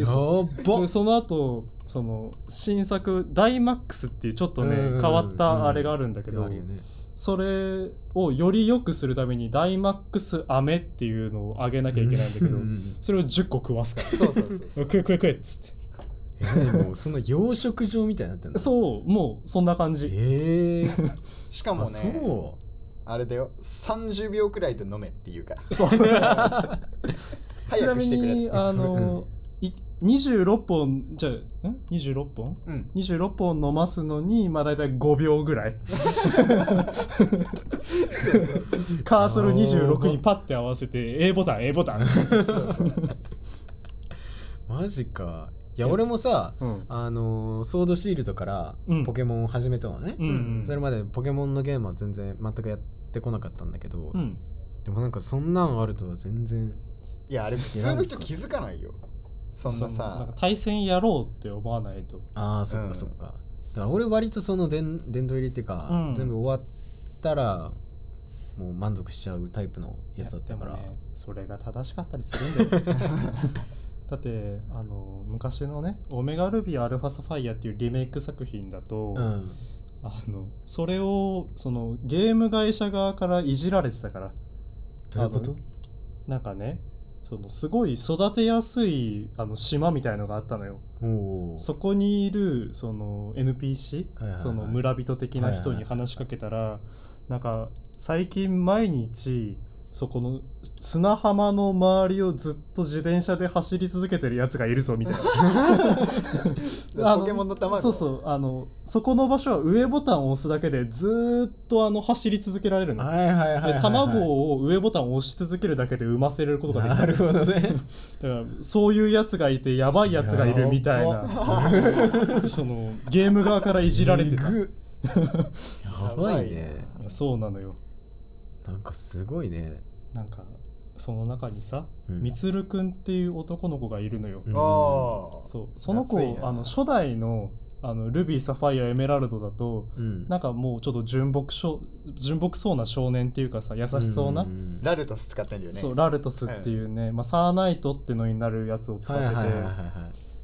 やばでっその後その新作「ダイマックス」っていうちょっとねうん変わったあれがあるんだけど、あるよねそれをより良くするためにダイマックス飴っていうのをあげなきゃいけないんだけど、うんうんそれを10個食わすからそうそうそうそう食え食え食えっつっえーもうその養殖場みたいになってんてのそうもうそんな感じええー、しかもあねそあれだよ30秒くらいで飲めって言うから そうちな早くみしてくれにってあの、い26本じゃあん26本うん26本飲ますのにまあ大体5秒ぐらいカーソル26にパッて合わせて A ボタン A ボタンそうそううマジかや俺もさうんあのーソードシールドからうんポケモンを始めたのね、うんうんそれまでポケモンのゲームは全然全くやってこなかったんだけど、うんでもなんかそんなんあるとは全然いやあれ普通の人気づかないよそんなそのなんさか対戦やろうって思わないとああそっうんかそっか、だから俺割とその殿殿堂入りっていうか、うん全部終わったらもう満足しちゃうタイプのやつだったから、いやでもねそれが正しかったりするんだよだってあの昔のね「オメガルビーアルファサファイア」っていうリメイク作品だと、うんあのそれをそのゲーム会社側からいじられてたからどういうことなんかねそのすごい育てやすいあの島みたいのがあったのよおおそこにいるその NPC、はいはいはいその村人的な人に話しかけたら、なんか最近毎日そこの砂浜の周りをずっと自転車で走り続けてるやつがいるぞみたいなあのポケモンの卵そうそうあのそこの場所は上ボタンを押すだけでずーっとあの走り続けられるの、はいはいはいはい、はい、で卵を上ボタンを押し続けるだけで産ませれることができなるほどねだからそういうやつがいてやばいやつがいるみたい やなそのゲーム側からいじられてたえぐやばいやばいねなそうなのよなんかすごいねなんかその中にさうんみつるくんっていう男の子がいるのよ、うんああそうその子懐いなあの初代のあのルビーサファイアエメラルドだとうんなんかもうちょっと純朴少純朴そうな少年っていうかさ優しそうな、んんラルトス使ってんだよねそうラルトスっていうね、まあ、サーナイトってのになるやつを使ってて、はいはいはいはいはい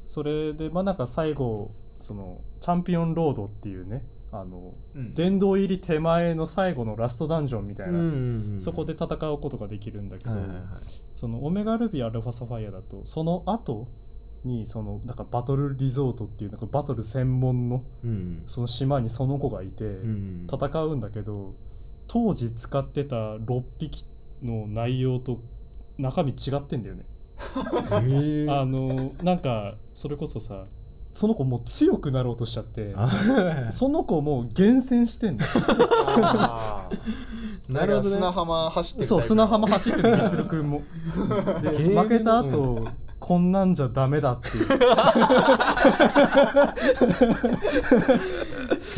それでまあなんか最後そのチャンピオンロードっていうねあのうん殿堂入り手前の最後のラストダンジョンみたいな、うんうんうんそこで戦うことができるんだけど、はいはいはいそのオメガルビーアルファサファイアだとその後にそのなんかバトルリゾートっていうなんかバトル専門のうんその島にその子がいてうん戦うんだけど、当時使ってた6匹の内容と中身違ってんだよね。へー あのなんかそれこそさその子もう強くなろうとしちゃってあ その子もう厳選してんのあ ーなるほどねだから砂浜走ってるタイプそう砂浜走ってるみつるくんもでゲーム負けた後、こんなんじゃダメだっていう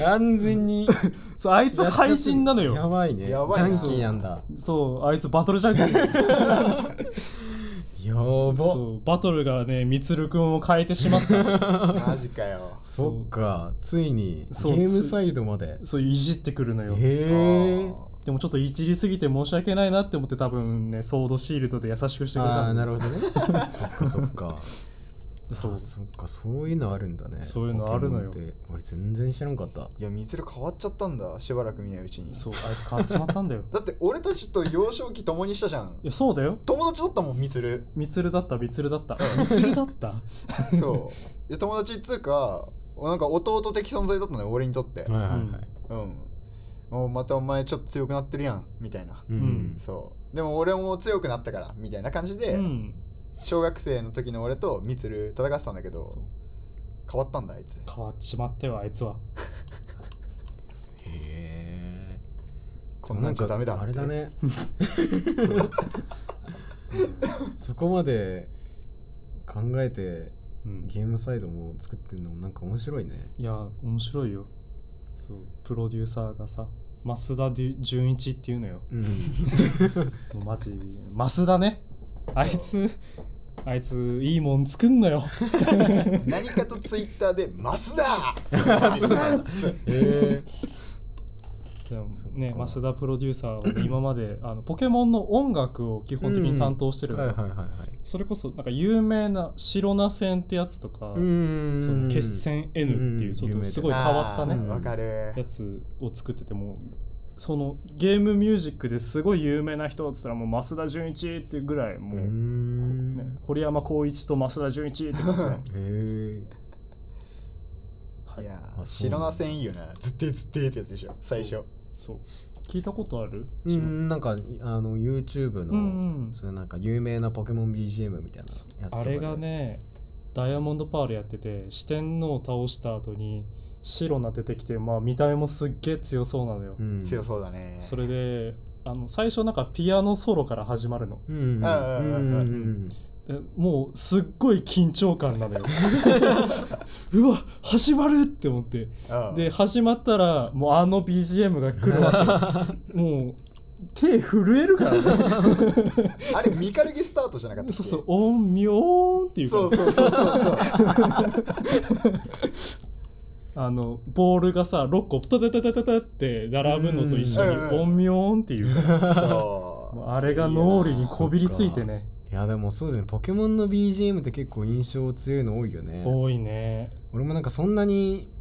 完全に そうあいつ配信なのやよばいねやばいジャなンキーなんだそうあいつバトルジャンキーやばそうバトルがねみつるくんを変えてしまったマジかよそっかついにゲそうームサイドまでそういじってくるのよへえでもちょっといじりすぎて申し訳ないなって思って多分ねソードシールドで優しくしてくれあたあんだなるほどねそっかそそっかうあそっかそういうのあるんだねそういうのあるのよポケモンって俺全然知らんかったいやみつる変わっちゃったんだしばらく見ないうちにそうあいつ変わっちまったんだよだって俺たちと幼少期共にしたじゃんいやそうだよ友達だったもんみつるみつるだったみつるだったみつるだったそうで友達っつうかなんか弟的存在だったのよ俺にとってはいはいはいうんもうまたお前ちょっと強くなってるやんみたいなうんうんそうでも俺も強くなったからみたいな感じで、うん小学生の時の俺とみつる戦ってたんだけど変わったんだあいつ変わっちまったよあいつはへえこんなんじゃダメだってあれだねそうそこまで考えてうんゲームサイドも作ってるのもなんか面白いねいや面白いよそうプロデューサーがさ増田デュ純一っていうのようんもうマジ増田ねあいつあいついいもん作んのよ 何かとツイッターで「マスだ!」へえでもね増田プロデューサーはね、今まであのポケモンの音楽を基本的に担当してるのはいよ、はいはいはいそれこそなんか有名な「白ナ戦」ってやつとか「その決戦 N」っていううんちょっとすごいあ変わったね、ーわかるやつを作っててもそのゲームミュージックですごい有名な人って言ったらもう増田純一っていうぐらいもうう、んね、堀山光一と増田純一って感じのへえはいいやあー白なせんいいよなずってずってってやつでしょ最初そう聞いたことあるうんなんかあの YouTube の、うんうんそういうなんか有名なポケモン BGM みたいなやつとかあでれがねダイヤモンドパールやってて四天王を倒した後に白な出てきてまあ見た目もすっげえ強そうなのよ、うん強そうだねそれであの最初なんかピアノソロから始まるのうんうんうんああああああうんうんでえもうすっごい緊張感なのようわ始まるって思ってああで始まったらもうあの BGM が来るわけもう手震えるからねあれミカルゲスタートじゃなかったっそけうそう音妙音っていうかそらうそうそうそうそうあのボールがさ6個タタタタタタって並ぶのと一緒にうん音妙音っていうからそうもうあれが脳裏にこびりついてねいやでもそうだよねポケモンの BGM って結構印象強いの多いよね多いね俺もなんかそんなに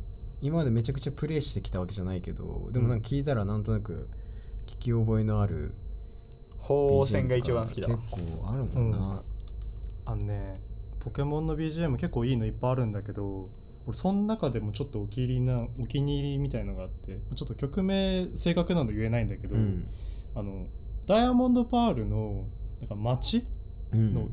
今までめちゃくちゃプレイしてきたわけじゃないけどでもなんか聞いたらなんとなく聞き覚えのある宝線が一番好きだ BGM わから結構あるもんな、あのねポケモンの BGM 結構いいのいっぱいあるんだけど俺その中でもちょっとお気に入りなお気に入りみたいのがあってちょっと曲名正確なの言えないんだけど、うんあのダイヤモンドパールのなんか街うんの,、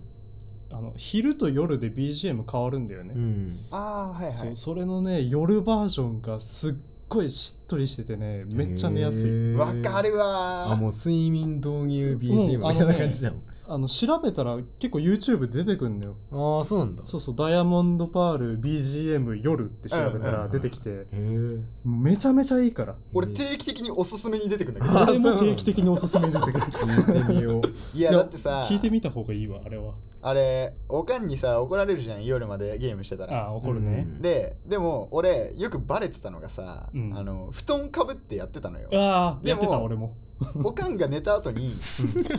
あの昼と夜で BGM 変わるんだよね、うんああはいはそういそれのね夜バージョンがすっごいしっとりしててねめっちゃ寝やすい、へーわかるわーあもう睡眠導入 BGM みもうあたいのねな感じだもんあの調べたら結構 YouTube 出てくんだよああそうなんだそうそう「ダイヤモンドパール BGM 夜」って調べたら出てきて、へえめちゃめちゃいい から俺定期的におすすめに出てくんだけどあ俺そもうなんだ定期的におすすめ出てくる聞いてみ よう いやだってさ聞いてみた方がいいわあれはあれおかんにさ怒られるじゃん夜までゲームしてたらああ怒るね、ででも俺よくバレてたのがさ、うんあの布団かぶってやってたのよああでやっもてた俺もおかんが寝た後に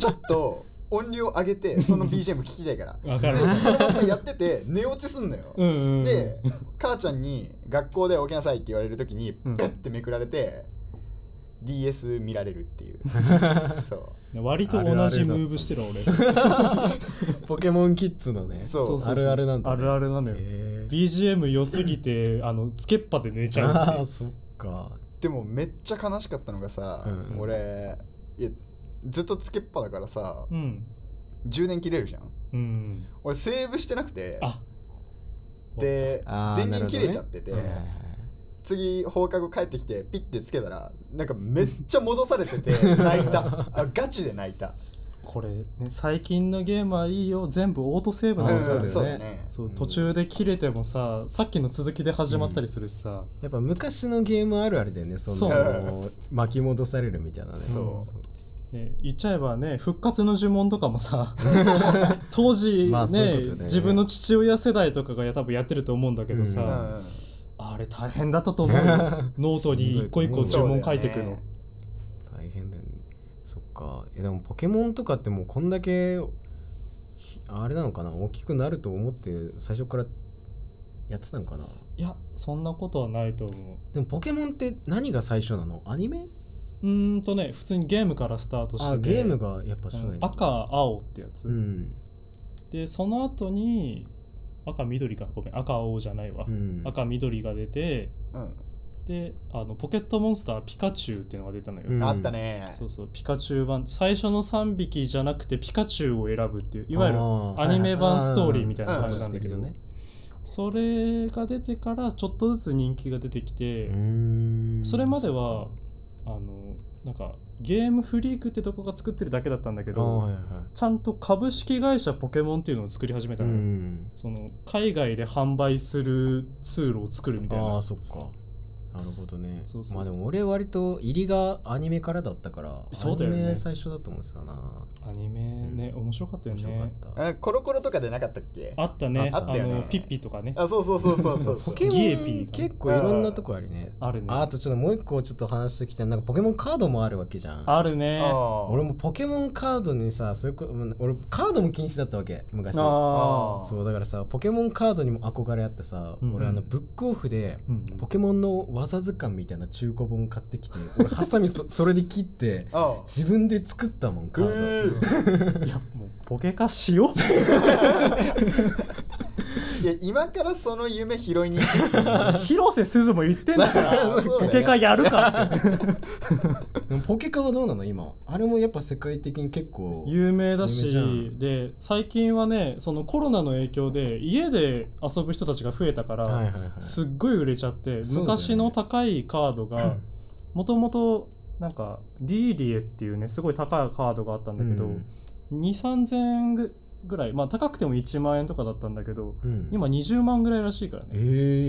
ちょっと音量上げてその BGM 聞きたいからわかるでそのままやってて寝落ちすんのよ、うんうんうんで母ちゃんに学校で起きなさいって言われる時にうんペッてめくられて、DS 見られるっ ていうそ割と同じムーブしてる俺ポケモンキッズのねそうあるあるなんだ、ね、あるあるなのよへー BGM 良すぎてあのつけっぱで寝ちゃうってあいあうそっかうでもめっちゃ悲しかったのがさ、うん俺いやずっとつけっぱだからさうん充電切れるじゃんうん俺セーブしてなくてあであー電なる源ほど切ねれちゃってて、はいはいはい次放課後帰ってきてピッてつけたらなんかめっちゃ戻されてて 泣いたあガチで泣いたこれ、ね、最近のゲームはいいよ全部オートセーブあなーんんだそうだよねそうそうだね途中で切れてもささっきの続きで始まったりするしさ、やっぱ昔のゲームあるあるだよねその巻き戻されるみたいなねそうね、言っちゃえばね復活の呪文とかも さ当時まあそういねうことね自分の父親世代とかが多分やってると思うんだけどうさ、んあれ大変だった と思うよノートに一個一個そ呪うだよ文ね書いてくの、大変だよねそっかえでもポケモンとかってもうこんだけひあれなのかな大きくなると思って最初からやってたのかないやそんなことはないと思でもポケモンって何が最初なのアニメううーんとね普通にゲームからスタートしてあてゲームがやっぱう初代ん赤青ってやつ、うんでその後に赤緑かごめん赤青じゃないわ、うん赤緑が出てうんであのポケットモンスターピカチュウっていうのが出たのよ、うんあったねそうそうピカチュウ版最初の3匹じゃなくてピカチュウを選ぶっていういわゆるあーアニメ版ストーリーみたいなはいはい感じなんだけど、それが出てからちょっとずつ人気が出てきて、うーんそれまではあのなんかゲームフリークってとこが作ってるだけだったんだけあーど、はいはちゃんと株式会社ポケモンっていうのを作り始めいたうのよ、んその海外で販売する通路を作るみたいあなあそっかなるほどねそうそうまあでも俺割と入りがアニメからだったからそうだよねアニメ最初だと思ってたなアニメね面白かったよ面白かっねたあコロコロとかでなかったっけあったねああったよねのピッピとかねあそうそうそうそうそうそポうケモギエピンーか結構いろんなとこあるねあるねああとちょっともう一個ちょっと話してきたいなんかポケモンカードもあるわけじゃんあるねあ俺もポケモンカードにさそれこ俺カードも禁止だったわけ昔ああそうだからさポケモンカードにも憧れあってさ、うん俺あのブックオフでうんポケモンの技図鑑みたいな中古本買ってきて俺ハサミそそれで切ってあ自分で作ったもんカぐードーいやもうポケ化しよう いや今からその夢拾いに行く広瀬すずも言ってんだからあそうだよねポケ化やるかってでもポケカはどうなの今あれもやっぱ世界的に結構有名だし有名じゃで最近はねそのコロナの影響で家で遊ぶ人たちが増えたから、はいはいはいすっごい売れちゃって、そうだよね昔の高いカードがもともとなんかリーリエっていうねすごい高いカードがあったんだけど、うん2 3 0 0 0円ぐぐらいまあ高くても1万円とかだったんだけどうん、今20万ぐらいらしいからねえ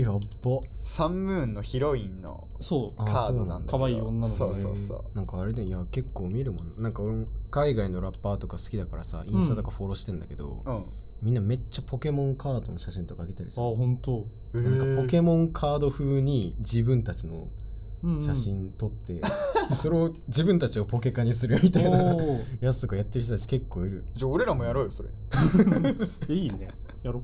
ー、やっばサンムーンのヒロインのそうあカードなんだけど可愛い女の子ねそうそうそうなんかあれでいや結構見るもんなんか俺も海外のラッパーとか好きだからさインスタとかフォローしてんだけど、うんみんなめっちゃポケモンカードの写真とか上げたりあさ本当、なんかポケモンカード風に自分たちのうんうん写真撮って、それを自分たちをポケカにするみたいなおやつとかやってる人たち結構いるじゃあ俺らもやろうよそれーいいねやろ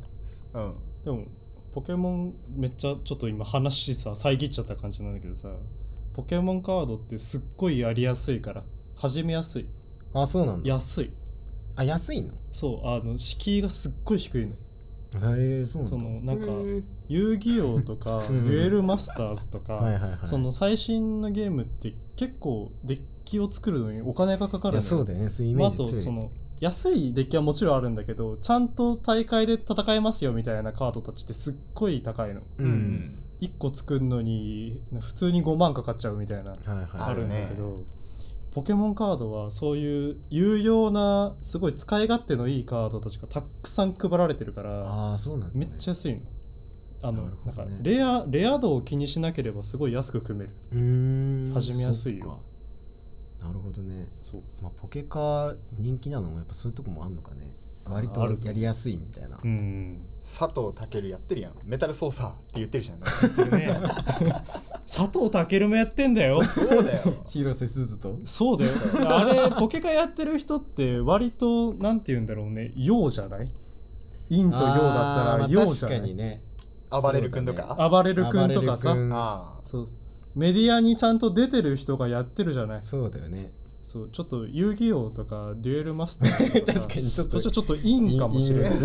うんでもポケモンめっちゃちょっと今話さ遮っちゃった感じなんだけどさポケモンカードってすっごいやりやすいから始めやすいあそうなんだ安いあ安いのそうあの敷居がすっごい低いのへえそうなんだそのなんかへー遊戯王とかうんデュエルマスターズとか、はいはいはいその最新のゲームって結構デッキを作るのにお金がかかいるのやよそうだよねそういうイメまあ、あージと強い、その安いデッキはもちろんあるんだけどちゃんと大会で戦えますよみたいなカードたちってすっごい高いのうん、 1個作るのに普通に5万かかっちゃうみたいなはいあはあるるんねだけど、ポケモンカードはそういう有用なすごい使い勝手のいいカードたちがたくさん配られてるからいああそうなんだ、ね、めっちゃ安いの。あのなるなほんどかねレアレア度を気にしなければすごい安く組めるうーん始めやすいよそっかなるほどね、そうまあ、ポケカ人気なのもやっぱそういうとこもあんのかね割とあるとやりやすいみたいなうん佐藤健やってるやんメタル操作って言ってるじゃん ね佐藤健もやってんだよそうだよ広瀬すずとそう だよあれポケカやってる人って割となんて言うんだろうね陽じゃない陰と陽だったらあーまあ陽じ確ゃなかい、にね暴れる君とか、暴れる君とかさ暴れる君ああそうメディアにちゃんと出てる人がやってるじゃないそうだよねそうちょっと遊戯王とかデュエルマスターとか 確かにちょっとそっちはちょっと陰かもしれない陰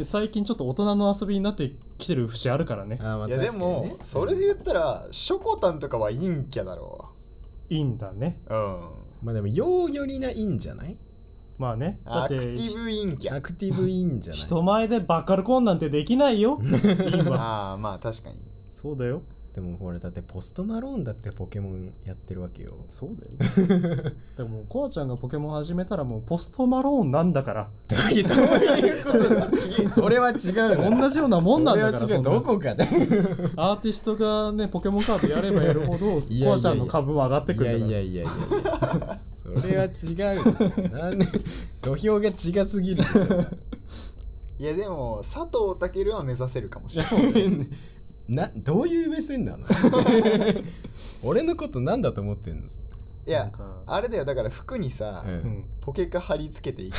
ね最近ちょっと大人の遊びになってきてる節あるからねあーまあいやで確かにねもそれで言ったらショコタンとかは陰キャだろ陰だねううんまあでも陽よりないんじゃないまあねだアっクてティブ陰キアャクティブいいんじゃない人前でバカルコンなんてできないよ陰 はああまあ確かにそうだよでもほらだってポストマローンだってポケモンやってるわ けよそうだよ でもコアちゃんがポケモン始めたらもうポストマローンなんだからそれは違うだろ同じようなもんなんだからそれは違そなうんどこかでアーティストがねポケモンカードやればやるほ どいやコアちゃんの株も上がってくいやるんいだやかいらやいやいやそれは違うですよなんで土俵が違すぎるでしょいやでも佐藤健は目指せるかもしれないなどういう目線 なの俺のことなんだと思ってんのいなやんかあれだよだから服にさ、うんうんポケカ貼り付けていく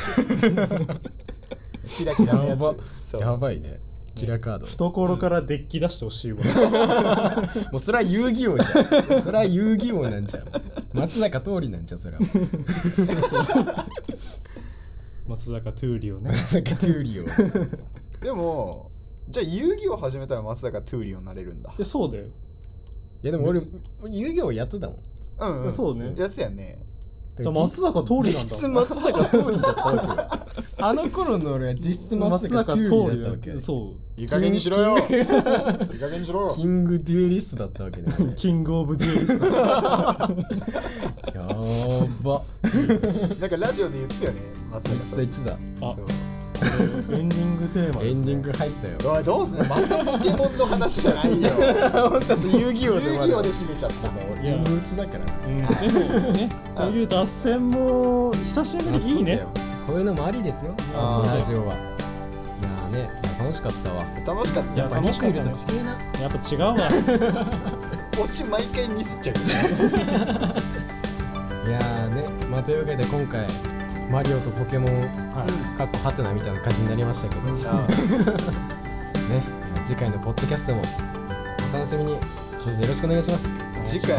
キラキラのややばつそうやばいねキラーカード、懐からデッキ出してほしいわもうそれは遊戯王じゃんそれは遊戯王なんじゃん松坂桃李なんじゃん それは 松坂トゥーリ オね松坂桃李をでもじゃあ遊戯を始めたら松坂トゥーリオになれるんだえそうだよいやでも俺遊戯王やってたもんうん、うん、そうねやつやねじゃあ松坂通り実なんだ質松坂桃李だったわけよ あの頃の俺は実質松坂通桃李だったわけりよそういい加減にしろよいい加減にしろキングデュエリストだったわけだよねキングオブデュエリストやーばなんかラジオで言ってたよね松坂さんいつだあそうエンディングテーマエですンデねィング入ったよおいどうすんのまたポケモンの話じゃないよ本当そう遊戯遊王でま戯王だで締めちゃったのいや憂鬱だからうんでもねこういう脱線も久しぶりいいねこういうのもありですよあーラジオはいやーねいや楽しかったわ楽しかったやっぱ楽し肉かっいたるねと違えなやっぱ違うわ オチ毎回ミスっちゃうよねいやーねまあというわけで今回マリオとポケモンはいかっこハテナみたいな感じになりましたけどねあいや次回のポッドキャストもお楽しみにどうぞよろしくお願いしますあ次回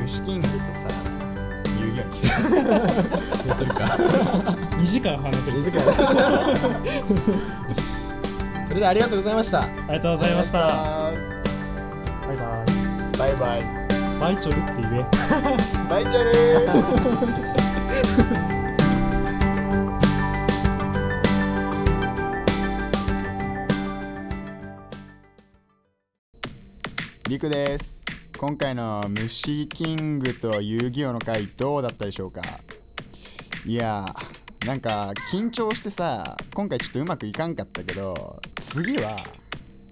虫キングとさ遊戯王にしよそうするか 2時間話せるう それではありがとうございましたありがとうございましたあバイバーバイバイイバイチョルって言えバイチャルーりくです今回の「虫キングと遊戯王」の回どうだったでしょうかいやーなんか緊張してさ今回ちょっとうまくいかんかったけど次は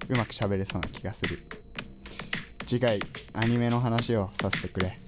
うまく喋れそうな気がする次回アニメの話をさせてくれ